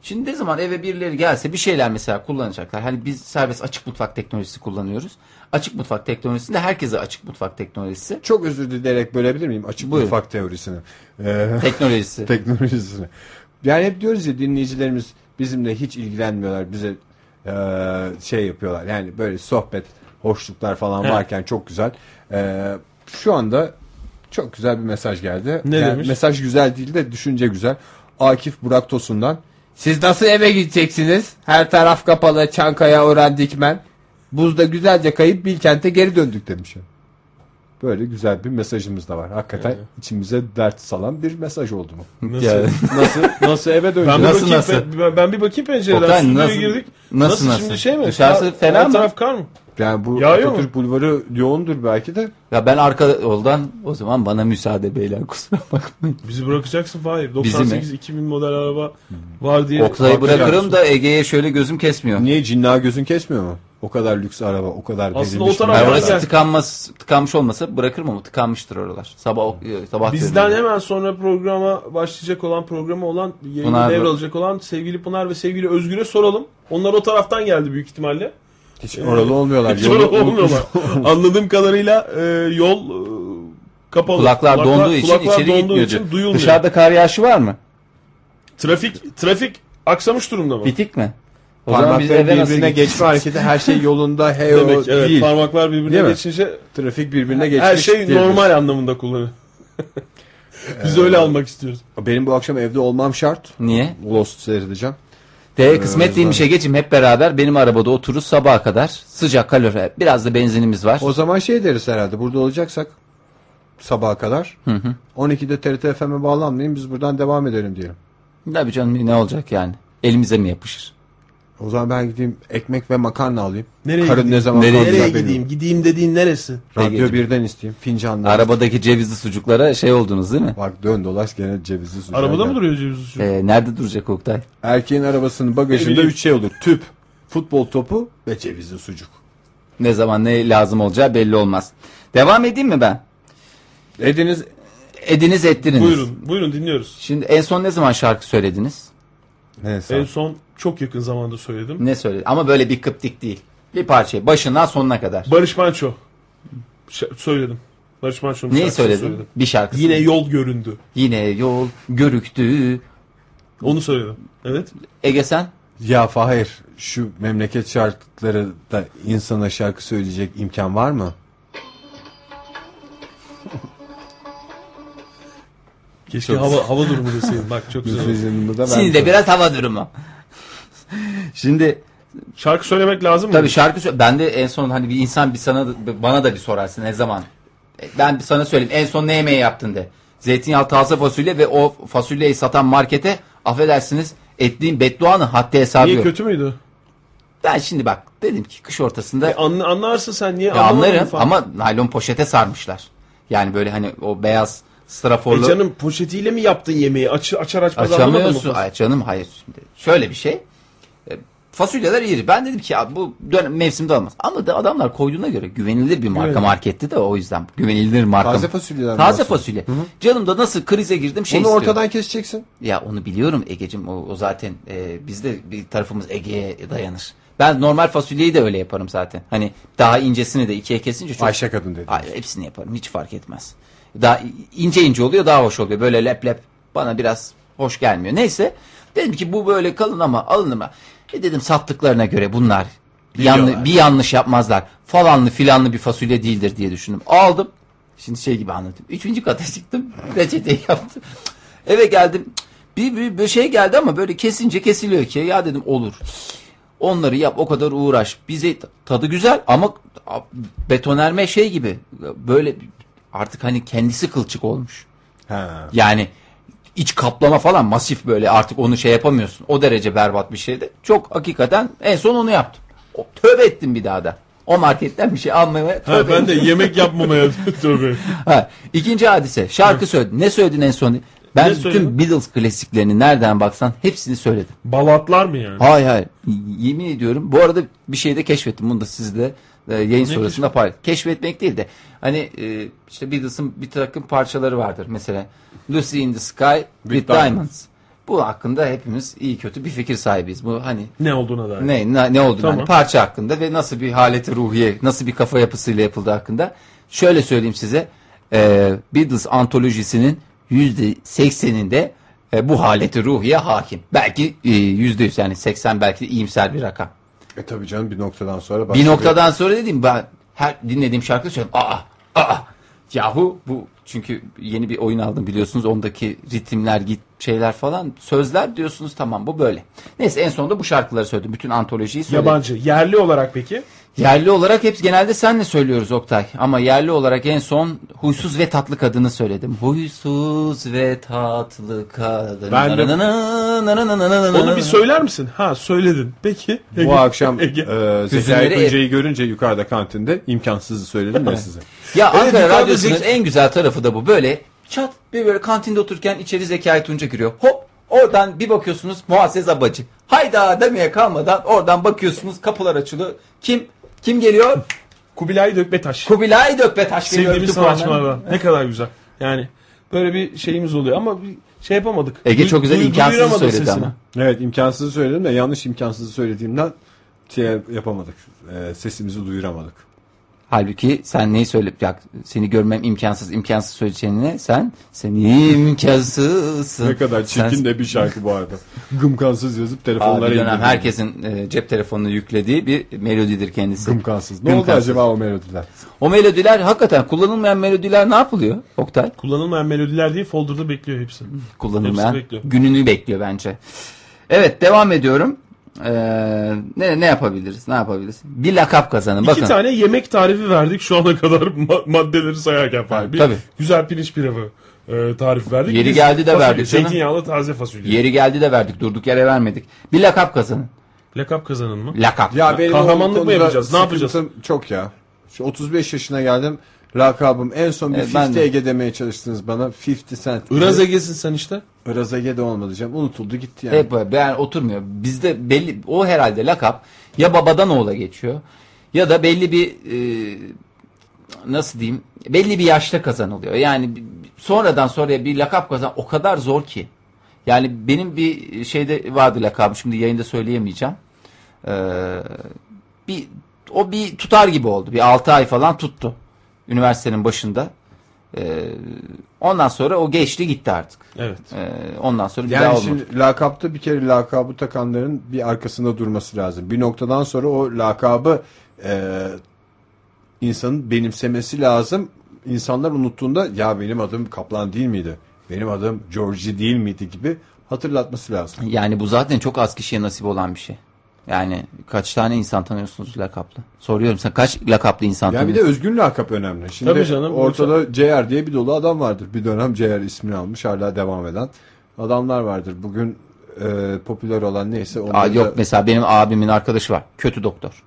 B: Şimdi ne zaman eve birileri gelse bir şeyler mesela kullanacaklar. Hani biz serbest açık mutfak teknolojisi kullanıyoruz. Açık mutfak teknolojisinde herkese açık mutfak teknolojisi.
A: Çok özür dileyerek bölebilir miyim açık
B: Buyurun.
A: mutfak teorisini? Ee, [LAUGHS]
C: [LAUGHS]
B: Teknolojisi.
A: teknolojisini. Yani hep diyoruz ya dinleyicilerimiz bizimle hiç ilgilenmiyorlar. Bize eee, şey yapıyorlar. Yani böyle sohbet, hoşluklar falan
C: Evet.
A: varken çok güzel. Eee, şu anda çok güzel bir mesaj geldi.
C: Ne
A: Yani
C: demiş?
A: Mesaj güzel değil de düşünce güzel. Akif Burak Tosun'dan. Siz nasıl eve gideceksiniz? Her taraf kapalı, çankaya oran dikmen. Buzda güzelce kayıp Bilkent'e geri döndük demiş. Böyle güzel bir mesajımız da var. Hakikaten içimize dert salan bir mesaj oldu mu?
C: Nasıl? [LAUGHS]
B: Yani-
A: Nasıl nasıl eve
C: Ben
A: döneceğiz?
C: bir
B: Nasıl,
C: bakayım,
B: nasıl?
C: Ben, ben bir bakayım pencereden.
B: Oktay,
C: Stüdyoya
B: nasıl-
C: girdik.
B: nasıl, nasıl?
C: şimdi şey mi?
B: Dışarısı
C: Her-
B: fena
C: her
B: mı?
C: taraf kar mı?
A: Yani bu
C: Yağıyor
A: Atatürk Bulvarı yoğundur belki de.
B: Ya ben arka yoldan o zaman bana müsaade beyler kusura bakmayın.
C: Bizi bırakacaksın Fahir.
B: Bizi mi?
C: 98 2000 model araba var diye.
B: Oktay'ı
C: Hakikaten.
B: bırakırım da Ege'ye şöyle gözüm kesmiyor.
A: Niye cinna gözün kesmiyor mu? O kadar lüks araba, o kadar
C: Aslında
A: dizilmiş
C: o taraf-
A: bir
B: Yani
C: Gel,
A: araba.
B: orası
C: gel.
B: tıkanmaz, tıkanmış olmasa bırakırım ama tıkanmıştır oralar. Sabah ok- e, sabah
C: Bizden
B: töreni.
C: hemen sonra programa başlayacak olan programa olan yayını
B: Pınar-
C: devralacak olan sevgili Pınar ve sevgili Özgür'e soralım. Onlar o taraftan geldi büyük ihtimalle.
A: Hiç oralı olmuyorlar.
C: Hiç
A: Yolu-
C: oralı
A: [LAUGHS]
C: olmuyorlar. Anladığım kadarıyla e, yol e, kapalı.
B: kulaklar, donduğu için
C: kulaklar
B: içeri
C: donduğu
B: gitmiyor.
C: için
B: diyor.
C: duyulmuyor.
B: Dışarıda kar yağışı var mı?
C: Trafik trafik aksamış durumda mı?
B: Bitik mi? O zaman biz
A: Parmakların
B: eve nasıl
A: birbirine
B: geç?
A: geçme hareketi her şey yolunda heyo
C: Demek evet
A: değil.
C: parmaklar birbirine
A: Değil mi?
C: geçince
A: Trafik birbirine geçmiş.
C: her şey
A: diyebiliriz.
C: normal anlamında kullanıyor. [LAUGHS] Biz
B: Ee,
C: öyle almak istiyoruz.
A: Benim bu akşam evde olmam şart.
B: Niye?
A: Lost seyredeceğim.
C: Ee,
B: D kısmet diye bir
A: zaten.
B: şey geçeyim hep beraber benim arabada otururuz sabaha kadar. Sıcak kalori biraz da benzinimiz var.
A: O zaman şey deriz herhalde burada olacaksak sabaha kadar. 12'de TRT FM'e bağlanmayın biz buradan devam edelim diyelim.
B: Tabii canım ne olacak yani? Elimize mi yapışır?
A: O zaman ben gideyim ekmek ve makarna alayım.
C: Nereye
A: Karın
C: gideyim?
A: ne zaman
B: Nereye
A: kalkacak
C: Nereye
A: belli
C: gideyim? Gideyim dediğin neresi?
A: Radyo
B: Peki.
A: birden isteyeyim. Fincanla.
B: Arabadaki cevizli sucuklara şey oldunuz değil mi?
A: Bak dön dolaş gene cevizli sucuk.
C: Arabada
A: Gel.
C: mı duruyor ceviz sucuğu?
B: Ee, nerede duracak Oktay?
A: Erkeğin arabasının
C: Ne
A: bagajında
C: bileyim.
A: üç şey olur. Tüp, futbol topu ve cevizli sucuk.
B: Ne zaman ne lazım olacağı belli olmaz. Devam edeyim mi ben?
A: Ediniz
B: Ediniz ettiniz.
C: Buyurun, buyurun dinliyoruz.
B: Şimdi en son ne zaman şarkı söylediniz?
A: neyse.
C: En son çok yakın zamanda söyledim.
B: Ne söyledi? Ama böyle bir kıptik değil. Bir parça başından sonuna kadar.
C: Barış Manço. Ş- söyledim. Barış Manço'nun
B: Neyi
C: şarkısını
B: söyledin? Bir şarkı.
C: Yine yol göründü.
B: Yine yol görüktü.
C: Onu söyledim. Evet.
B: Ege sen?
A: Ya Fahir şu memleket şarkıları da insana şarkı söyleyecek imkan var mı?
C: Keşke hava hava durumu deseydin. Bak çok güzel. oldu.
A: Televizyonumda da ben
B: Şimdi de biraz hava durumu. [LAUGHS] Şimdi
C: Şarkı söylemek lazım mı?
B: tabii şarkı sö- ben de en son hani bir insan bir sana da- bana da bir sorarsın ne zaman? E, Ben bir sana söyleyeyim en son ne yemeği yaptın de. Zeytinyağlı taze fasulye ve o fasulyeyi satan markete affedersiniz ettiğin bedduanı haddi hesabı
C: Niye
B: yok.
C: kötü müydü?
B: Ben şimdi bak dedim ki kış ortasında
C: Anla- anlarsın sen niye?
B: Ya
C: anlamadın
B: anlarım
C: E, falan.
B: ama naylon poşete sarmışlar. Yani böyle hani o beyaz straforlu
C: E canım poşetiyle mi yaptın yemeği? Aç, açar açmaz anlamadın mı?
B: açamıyorsun. Ay canım hayır. Şimdi şöyle bir şey. E, Fasulyeler iri. Ben dedim ki ya bu dönem mevsimde olmaz. Ama da adamlar koyduğuna göre güvenilir bir marka
C: Güvenilir.
B: marketti de o yüzden güvenilir marka.
A: Taze fasulyeden
B: Taze
A: bahsediyorum.
B: fasulye. Canım da nasıl krize girdim şey
A: Onu
B: istiyorum.
A: ortadan keseceksin.
B: Ya onu biliyorum Ege'cim o, o zaten e, bizde bir tarafımız Ege'ye dayanır. Ben normal fasulyeyi de öyle yaparım zaten. Hani daha incesini de ikiye kesince çok
A: Ayşe kadın dedi.
B: Hayır hepsini yaparım hiç fark etmez. Daha ince ince oluyor daha hoş oluyor. Böyle lep lep bana biraz hoş gelmiyor. Neyse dedim ki bu böyle kalın ama alın ama. E dedim sattıklarına göre bunlar yanlı,
C: Biliyorlar.
B: bir yanlış yapmazlar. Falanlı filanlı bir fasulye değildir diye düşündüm. Aldım. Şimdi şey gibi anladım. Üçüncü kata çıktım. Reçeteyi yaptım. Eve geldim. Bir, bir, bir şey geldi ama böyle kesince kesiliyor ki. Ya dedim olur. Onları yap o kadar uğraş. Bize tadı güzel ama betonerme şey gibi böyle artık hani kendisi kılçık olmuş.
A: Ha.
B: Yani iç kaplama falan masif böyle artık onu şey yapamıyorsun. O derece berbat bir şeydi. Çok hakikaten en son onu yaptım. O, tövbe ettim bir daha da. O marketten bir şey almamaya tövbe
C: Ha, ben de
B: ettim.
C: yemek yapmamaya [LAUGHS] tövbe.
B: Ha, ikinci hadise şarkı söyledin. Ne söyledin en son? Ben
C: Ne
B: bütün
C: söyledim?
B: Beatles klasiklerini nereden baksan hepsini söyledim.
C: Balatlar mı yani?
B: Hayır hayır. Y- Yemin ediyorum. Bu arada bir şey de keşfettim. Bunu da sizle e, yayın sonrasında paylaş. Keşfetmek değil de hani e, işte Beatles'ın bir takım parçaları vardır. Mesela Lucy in the Sky with, Diamonds.
A: Diamonds.
B: Bu hakkında hepimiz iyi kötü bir fikir sahibiz. Bu hani
C: Ne olduğuna dair.
B: ne ne, ne oldu
C: Tamam.
B: hani parça hakkında ve nasıl bir haleti ruhiye, nasıl bir kafa yapısıyla yapıldı hakkında. Şöyle söyleyeyim size. E, Beatles antolojisinin %80'inde e, bu haleti ruhiye hakim. Belki e, %100 yani 80 belki de iyimser bir rakam.
A: E tabii canım bir noktadan sonra
B: Bir
A: başka
B: noktadan sonra dedim ben her dinlediğim şarkı söylüyorum. Aa, aa. Yahu bu çünkü yeni bir oyun aldım biliyorsunuz. Ondaki ritimler, git şeyler falan sözler diyorsunuz tamam bu böyle. Neyse en sonunda bu şarkıları söyledim. Bütün antolojiyi söyledim.
C: Yabancı. Yerli olarak peki?
B: Yerli olarak hep genelde senle söylüyoruz Oktay. Ama yerli olarak en son huysuz ve tatlı kadını söyledim. Huysuz ve tatlı kadın.
A: Ben de-
C: Onu bir söyler misin? Ha söyledin. Peki. Ege-
A: Bu akşam
C: Ege.
A: e,
B: Hüzünleri
A: Zekai Tuncay'ı görünce yukarıda kantinde imkansızı söyledim ben size.
B: Ya Ankara
C: yukarıda
B: Radyosu'nun
C: zek-
B: en güzel tarafı da bu. Böyle çat bir böyle kantinde otururken içeri Zekai Tunca giriyor. Hop oradan bir bakıyorsunuz Muazzez Abacı. Hayda demeye kalmadan oradan bakıyorsunuz kapılar açılıyor. Kim kim geliyor?
C: Kubilay Dökmetaş.
B: Kubilay Dökbetaş geliyor.
C: Sevdiğimiz
B: bütün puanlar.
C: sanatçılardan. Ne kadar güzel. Yani böyle bir şeyimiz oluyor ama bir şey yapamadık.
B: Ege çok güzel
C: Duy-
B: imkansız
C: duyuramadı
B: söyledi
C: sesini.
B: ama.
A: Evet imkansızı söyledim de yanlış imkansızı söylediğimden şey yapamadık. E, sesimizi duyuramadık.
B: Halbuki sen neyi söyleyip ya seni görmem imkansız imkansız söyleyeceğine sen seni imkansızsın.
A: Ne kadar çirkin
B: Sen-
A: de bir şarkı bu
B: [LAUGHS]
A: arada. Gımkansız yazıp
B: Aa,
A: telefonlara
B: bir dönem
A: indirdim.
B: herkesin e, cep telefonunu yüklediği bir melodidir kendisi.
A: Gımkansız. Ne oldu
B: Gımkansız.
A: acaba o melodiler?
B: O melodiler hakikaten kullanılmayan melodiler ne yapılıyor Oktay?
C: Kullanılmayan melodiler diye folder'da bekliyor hepsi.
B: Kullanılmayan
C: Hepsi bekliyor.
B: gününü bekliyor bence. Evet devam ediyorum. Ee, ne ne yapabiliriz? Ne yapabiliriz? Bir lakap kazanın. Bakın.
C: İki tane yemek tarifi verdik şu ana kadar [LAUGHS] ma- maddeleri sayarken falan. Bir
B: Tabii.
C: Güzel pirinç pilavı e, tarifi verdik.
B: Yeri
C: Biz
B: geldi de
C: fasulye,
B: verdik canım.
C: Zeytinyağlı taze fasulye.
B: Yeri geldi de verdik. Durduk yere vermedik. Bir lakap kazanın.
C: Lakap kazanın mı?
B: Lakap.
A: Ya benim
C: kahramanlık
A: o
C: mı
A: konuda
C: yapacağız? Ne yapacağız?
A: sıkıntım Çok ya. Şu 35 yaşına geldim. Lakabım en son bir
B: Evet, ben
A: 50
B: de.
A: Ege demeye çalıştınız bana. 50 Cent.
C: Iraz Ege'sin sen işte.
A: Iraz Ege de olmadı canım. Unutuldu gitti yani.
B: Hep böyle yani oturmuyor. Bizde belli o herhalde lakap ya babadan oğula geçiyor ya da belli bir e, nasıl diyeyim belli bir yaşta kazanılıyor. Yani bir- bir- sonradan sonraya bir lakap kazan o kadar zor ki. Yani benim bir şeyde vardı lakabım şimdi yayında söyleyemeyeceğim. Ee, bir o bir tutar gibi oldu. Bir 6 ay falan tuttu. Üniversitenin başında. Ee, ondan sonra o geçti gitti artık.
C: Evet.
B: Ee, ondan sonra bir daha
A: Yani
B: olmadı.
A: şimdi lakapta bir kere lakabı takanların bir arkasında durması lazım. Bir noktadan sonra o lakabı e, insanın benimsemesi lazım. İnsanlar unuttuğunda ya benim adım Kaplan değil miydi? Benim adım Georgie değil miydi gibi hatırlatması lazım.
B: Yani bu zaten çok az kişiye nasip olan bir şey. Yani kaç tane insan tanıyorsunuz lakaplı? Soruyorum sana kaç lakaplı insan
A: Ya bir de
B: tanıyorsun?
A: özgün lakap önemli. Şimdi
C: Tabii canım,
A: ortada CR diye bir dolu adam vardır. Bir dönem CR ismini almış hala devam eden adamlar vardır. Bugün e, popüler olan neyse
B: Aa,
A: onları
B: yok
A: da-
B: mesela benim abimin arkadaşı var. Kötü doktor.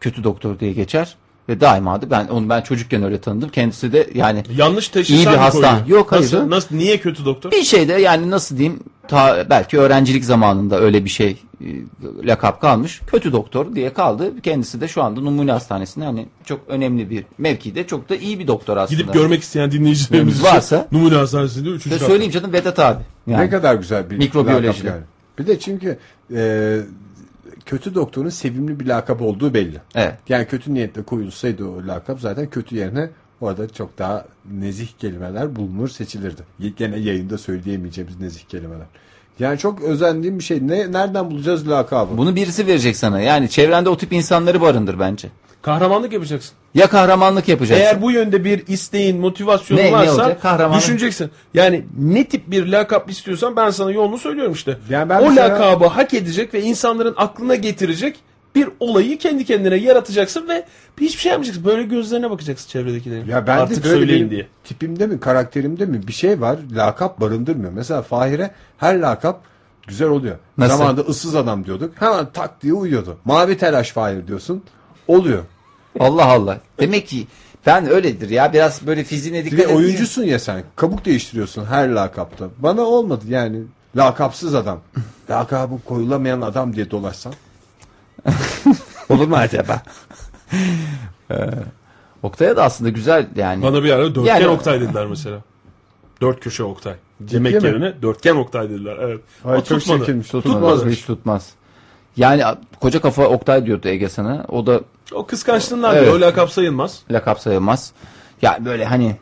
B: Kötü doktor diye geçer ve daima da ben onu ben çocukken öyle tanıdım. Kendisi de yani
C: Yanlış teşhis
B: İyi bir
C: mi
B: hasta.
C: koyuyor?
B: Yok, hayır
C: Nasıl,
B: canım.
C: nasıl, niye kötü doktor?
B: bir şeyde yani nasıl diyeyim ta belki öğrencilik zamanında öyle bir şey e, lakap kalmış. Kötü doktor diye kaldı. Kendisi de şu anda Numune Hastanesi'nde hani çok önemli bir mevkide çok da iyi bir doktor aslında.
C: Gidip görmek isteyen dinleyicilerimiz
B: Varsa-
C: için Numune Hastanesi'nde 3.
B: Ve söyleyeyim canım Vedat abi. Yani.
A: Ne kadar güzel bir
B: Mikrobiyoloji.
A: lakap yani. Bir de çünkü e, kötü doktorun sevimli bir lakap olduğu belli.
B: Evet.
A: Yani kötü niyetle koyulsaydı o lakap zaten kötü yerine Orada çok daha nezih kelimeler bulunur, seçilirdi. Gene yayında söyleyemeyeceğimiz nezih kelimeler. Yani çok özendiğim bir şey. Ne nereden bulacağız lakabı?
B: Bunu birisi verecek sana. Yani çevrende o tip insanları barındır bence.
C: Kahramanlık yapacaksın.
B: Ya kahramanlık yapacaksın.
C: Eğer bu yönde bir isteğin, motivasyonun
B: Ne- ne
C: varsa
B: olacak? Kahramanlık.
C: düşüneceksin. Yani ne tip bir lakap istiyorsan ben sana yolunu söylüyorum işte.
A: Yani ben
C: o
A: mesela-
C: lakabı hak edecek ve insanların aklına getirecek bir olayı kendi kendine yaratacaksın ve hiçbir şey yapmayacaksın. Böyle gözlerine bakacaksın çevredekilerin.
A: Ya ben
C: Artık
A: de böyle
C: söyleyin
A: benim
C: diye.
A: tipimde mi karakterimde mi bir şey var lakap barındırmıyor. Mesela Fahir'e her lakap güzel oluyor.
B: Nasıl?
A: Zamanında ıssız adam diyorduk. Hemen tak diye uyuyordu. Mavi telaş Fahir diyorsun. Oluyor.
B: Allah Allah. Demek ki ben öyledir ya. Biraz böyle fiziğine dikkat
A: Bir de
B: edeyim.
A: oyuncusun ya sen. Kabuk değiştiriyorsun her lakapta. Bana olmadı yani. Lakapsız adam. Lakabı koyulamayan adam diye dolaşsan.
B: [LAUGHS] Olur mu acaba? [LAUGHS] Ee, Oktay'a da aslında güzel yani.
C: Bana bir ara dörtgen
B: Yani-
C: Oktay dediler mesela. Dört köşe Oktay. Demek
A: mi?
C: yerine dörtgen Oktay dediler. Evet.
A: Ay,
C: o
A: çok
C: tutmadı.
A: çirkinmiş, o
B: tutmaz,
A: tutmaz.
B: hiç tutmaz. Yani a- koca kafa Oktay diyordu Ege sana. O da
C: O kıskançlığından
B: Evet.
C: diyor. O lakap sayılmaz.
B: lakap sayılmaz. Ya böyle hani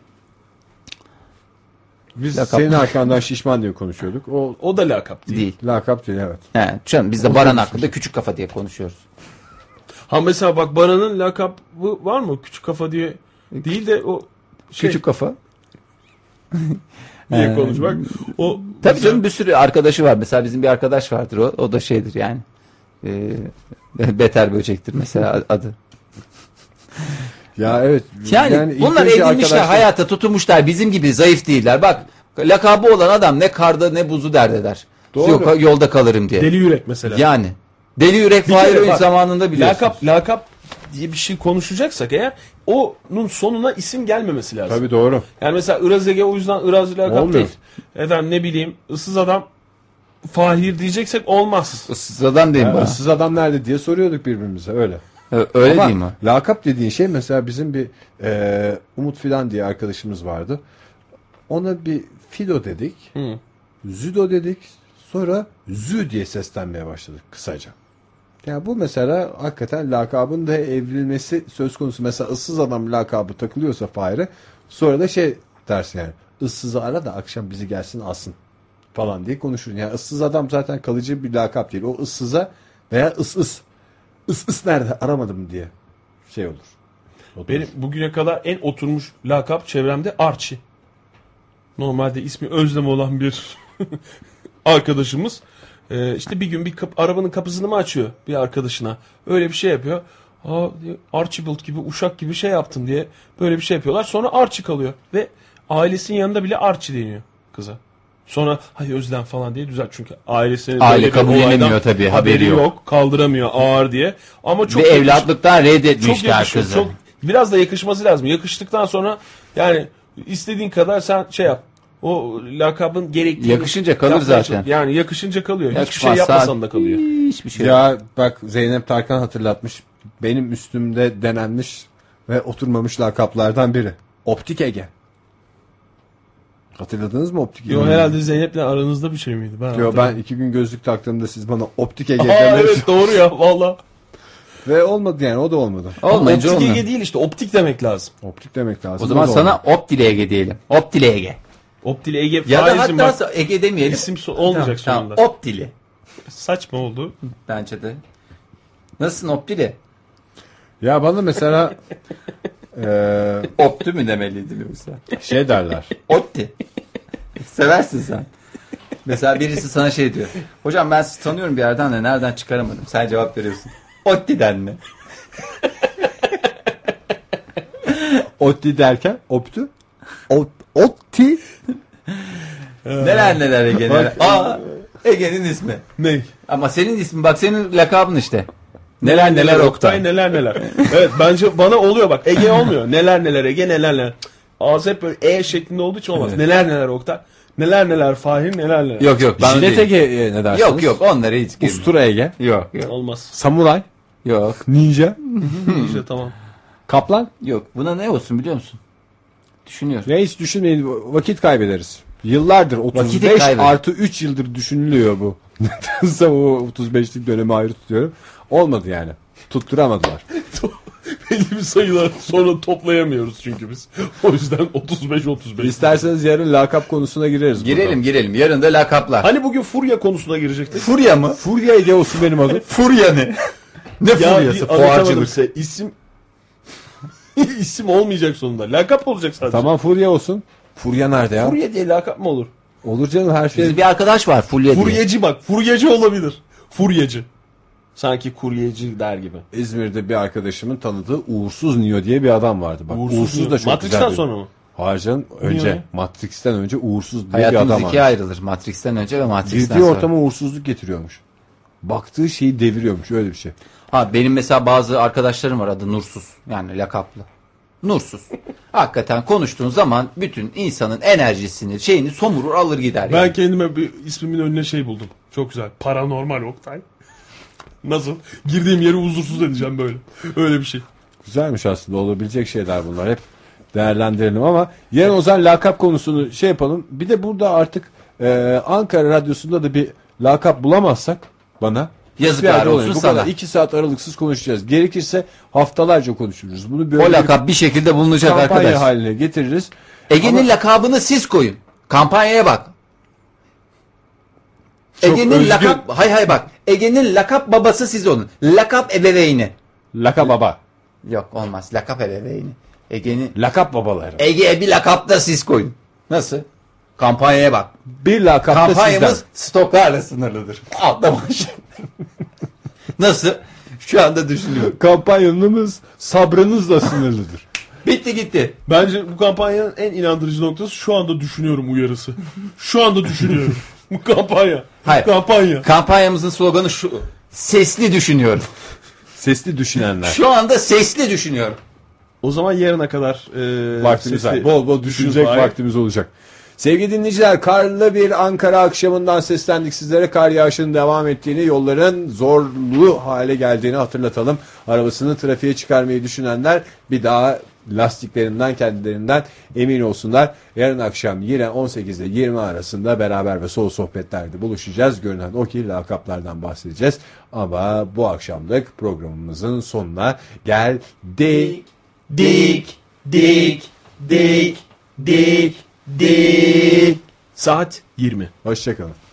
A: Biz
B: Lakap.
A: senin arkandan şişman diye konuşuyorduk. O
C: O da lakap değil.
B: değil.
A: lakap değil evet.
B: He, canım biz de Baran hakkında küçük kafa diye konuşuyoruz.
C: Ha mesela bak Baran'ın lakabı var mı? Küçük kafa diye değil de o şey
B: Küçük kafa.
C: diye konuş bak. O
B: Tabii canım bir sürü arkadaşı var. Mesela bizim bir arkadaş vardır o. O da şeydir yani. Ee, [LAUGHS] beter böcektir mesela adı.
A: Ya evet.
B: Yani,
A: ilk önce
B: bunlar edinmişler
A: arkadaşlar-
B: hayata tutunmuşlar bizim gibi zayıf değiller. Bak lakabı olan adam ne karda ne buzu dert eder.
A: Doğru.
B: Yok, yolda kalırım diye.
C: deli yürek mesela.
B: yani. Deli yürek
C: Bir
B: Fahir
C: kere
B: Öğünç
C: bak,
B: zamanında biliyorsun.
C: lakap lakap diye bir şey konuşacaksak eğer onun sonuna isim gelmemesi lazım.
A: Tabii doğru.
C: Yani mesela Iraz Ege o yüzden Iraz lakap
A: Olmuyor.
C: değil. Efendim ne bileyim ıssız adam Fahir diyeceksek olmaz.
B: Issız adam diyeyim bana.
A: Issız adam nerede diye soruyorduk birbirimize öyle.
B: Ö- Öyle
A: Ama
B: değil mi?
A: lakap dediğin şey mesela bizim bir e, Umut filan diye arkadaşımız vardı. Ona bir Fido dedik.
C: Hı.
A: Züdo dedik. Sonra Zü diye seslenmeye başladık kısaca. Ya bu mesela hakikaten lakabın da evrilmesi söz konusu. Mesela ıssız adam lakabı takılıyorsa Fahir'e sonra da şey dersin yani ıssızı ara da akşam bizi gelsin alsın falan diye konuşursun. Yani ıssız adam zaten kalıcı bir lakap değil. O ıssıza veya ıs ıs ıs ıs nerede aramadım diye şey olur. Oturur.
C: Benim bugüne kadar en oturmuş lakap çevremde Arçi. Normalde ismi Özlem olan bir [LAUGHS] arkadaşımız. Ee, işte bir gün bir kap- arabanın kapısını mı açıyor bir arkadaşına. Öyle bir şey yapıyor. Aa, diyor, Archibald gibi uşak gibi şey yaptım diye böyle bir şey yapıyorlar. Sonra Archie kalıyor ve ailesinin yanında bile Archie deniyor kıza. Sonra hayır Özlem falan diye düzelt çünkü ailesinin
B: Aile
C: böyle bir
B: kabullenemiyor
C: olaydan
B: tabii, haberi yok.
C: kaldıramıyor ağır diye. Ama çok
B: Ve
C: yakışıklı-
B: evlatlıktan
C: çok
B: reddetmişler
C: yakışıyor.
B: kızı.
C: Çok, biraz da yakışması lazım. Yakıştıktan sonra yani istediğin kadar sen şey yap. O lakabın gerektiği
B: Yakışınca kalır
C: yapmaya
B: zaten.
C: çalış. Yani yakışınca kalıyor. Hiçbir şey
B: Yakışmazsa-
C: yapmasan da kalıyor.
B: Hiçbir şey yok.
A: Ya bak Zeynep Tarkan hatırlatmış. Benim üstümde denenmiş ve oturmamış lakaplardan biri. Optik Ege. Hatırladınız mı Optik
C: Yo
A: Ege'yi?
C: herhalde Zeynep'le aranızda bir şey miydi? Ben
A: Yo,
C: hatırlamıyorum.
A: ben iki gün gözlük taktığımda siz bana Optik Ege
C: Aa,
A: demediniz.
C: [LAUGHS] evet doğru ya valla.
A: Ve olmadı yani o da olmadı.
B: Olmayınca
C: Optik
B: olmuyor.
C: Ege değil işte optik demek lazım.
A: Optik demek lazım.
B: O zaman
A: da
B: sana
A: olmadı.
B: Optile Ege diyelim. Optile Ege.
C: Optile Ege
B: Ya da
C: faizim
B: hatta
C: bak.
B: so- Ege demeyelim.
C: isim so- olmayacak
B: Tamam,
C: sonunda.
B: Optile.
C: Saçma oldu.
B: Bence de. Nasılsın Optile?
A: Ya bana mesela eee,
B: Opti mi demeliydin yoksa?
A: şey derler.
B: Opti. Seversin sen. Mesela birisi sana şey diyor. Hocam ben sizi tanıyorum bir yerden de nereden çıkaramadım. Sen cevap veriyorsun. Opti'den mi?
A: Opti derken Optu. Op, opti.
B: Neler neler Ege neler. Aa Ege'nin ismi.
C: Ne?
B: Ama senin ismin bak senin lakabın işte. Neler neler Oktay.
C: Neler neler. evet bence bana oluyor bak. Ege olmuyor. Neler neler Ege neler neler. Ağzı hep böyle E şeklinde olduğu için olmaz.
B: Evet.
C: Neler neler Oktay. Neler neler Fahir neler neler.
B: Yok yok ben
A: Jilet
B: değil.
A: Ege e, ne dersiniz?
B: Yok yok onlara hiç girme.
A: Ustura Ege.
B: Yok yok.
C: Olmaz.
A: Samuray.
B: Yok
A: Ninja.
B: Hmm.
C: işte tamam. [LAUGHS]
A: Kaplan.
B: yok. Buna ne olsun biliyor musun? Düşünüyorum.
A: Ya hiç düşünmeyin vakit kaybederiz. Yıllardır 35
B: Vakiti kaybeder.
A: artı 3 yıldır düşünülüyor bu. [LAUGHS] Nedense o 35'lik dönemi ayrı tutuyorum. Olmadı yani. Tutturamadılar.
C: belli bir sayılar sonra toplayamıyoruz çünkü biz. O yüzden 35 35.
A: İsterseniz yarın lakap konusuna gireriz.
B: Girelim girelim. Yarın da lakaplar.
C: Hani bugün furya konusuna girecektik.
B: Furya mı?
A: Burada. Furya Egeosu benim [LAUGHS] adım.
B: Furya ne? [LAUGHS] ne
C: Ya
B: furyası?
C: bir anlatamadım
B: Fuarcılık.
C: size. İsim [LAUGHS] isim olmayacak sonunda. Lakap olacak sadece.
A: tamam Furya olsun. Furya nerede ya?
C: Furya diye lakap mı olur?
A: Olur canım her şey.
B: Biz bir arkadaş var Fulya diye.
C: Furyeci bak. Furyeci olabilir. Furyeci. Sanki kuryeci der gibi.
A: İzmir'de bir arkadaşımın tanıdığı Uğursuz Neo diye bir adam vardı. Bak, Uğursuz, da çok
C: Matrix'ten
A: güzel bir-
C: sonra mı?
A: Hayır canım, önce.
C: ya?
A: Matrix'ten önce Uğursuz diye bir
B: Hayatımız
A: adam
B: ikiye
A: var.
B: ayrılır. Matrix'ten önce ve Matrix'ten
A: Girdiği
B: sonra.
A: ortama uğursuzluk getiriyormuş. Baktığı şeyi deviriyormuş öyle bir şey.
B: Ha benim mesela bazı arkadaşlarım var adı Nursuz. Yani lakaplı. Nursuz. [LAUGHS] Hakikaten konuştuğun zaman bütün insanın enerjisini, şeyini somurur alır gider.
C: Ben
B: yani.
C: kendime bir ismimin önüne şey buldum. Çok güzel. Paranormal Oktay. Nasıl? Girdiğim yeri huzursuz edeceğim böyle. Öyle bir şey.
A: Güzelmiş aslında olabilecek şeyler bunlar hep değerlendirelim ama yarın Ozan lakap konusunu şey yapalım. Bir de burada artık e, Ankara Radyosu'nda da bir lakap bulamazsak bana
B: Yazıklar
A: bir yerde
B: olsun
A: olayım. Bu
B: sana.
A: kadar iki saat aralıksız konuşacağız. Gerekirse haftalarca konuşuruz. Bunu böyle
B: O
A: bir
B: lakap bir şekilde bulunacak
A: kampanya
B: arkadaş.
A: haline getiririz.
B: Ege'nin lakabını siz koyun. Kampanyaya bak. Ege'nin
C: özgün.
B: lakap hay hay bak. Ege'nin lakap babası siz olun. Lakap ebeveyni.
A: Laka baba.
B: Yok olmaz. Lakap ebeveyni. Ege'nin
A: Lakap babaları.
B: Ege'ye bir lakap da siz koyun. Nasıl? Kampanyaya bak.
A: Bir lakap da sizden.
B: Kampanyamız stoklarla sınırlıdır. Atlama şey. [LAUGHS] Nasıl? Şu anda düşünüyorum.
A: Kampanyanız sabrınızla sınırlıdır.
B: Bitti gitti.
C: Bence bu kampanyanın en inandırıcı noktası şu anda düşünüyorum uyarısı. Şu anda [LAUGHS] düşünüyorum. bu kampanya.
B: Hayır.
C: Kampanya.
B: Kampanyamızın sloganı şu. Sesli düşünüyorum.
A: Sesli düşünenler.
B: Şu anda sesli düşünüyorum.
C: O zaman yarına kadar e,
A: vaktimiz var.
C: sesli-
A: Bol bol düşünecek
C: Fahir.
A: vaktimiz olacak. Sevgili dinleyiciler karlı bir Ankara akşamından seslendik sizlere. Kar yağışının devam ettiğini, yolların zorlu hale geldiğini hatırlatalım. Arabasını trafiğe çıkarmayı düşünenler bir daha lastiklerinden kendilerinden emin olsunlar. Yarın akşam yine 18 ile 20 arasında beraber ve soğuk sohbetlerde buluşacağız. Görünen o ki lakaplardan bahsedeceğiz. Ama bu akşamlık programımızın sonuna geldik.
B: Dik, dik, dik, dik, dik.
C: Saat 20.
A: Hoşçakalın.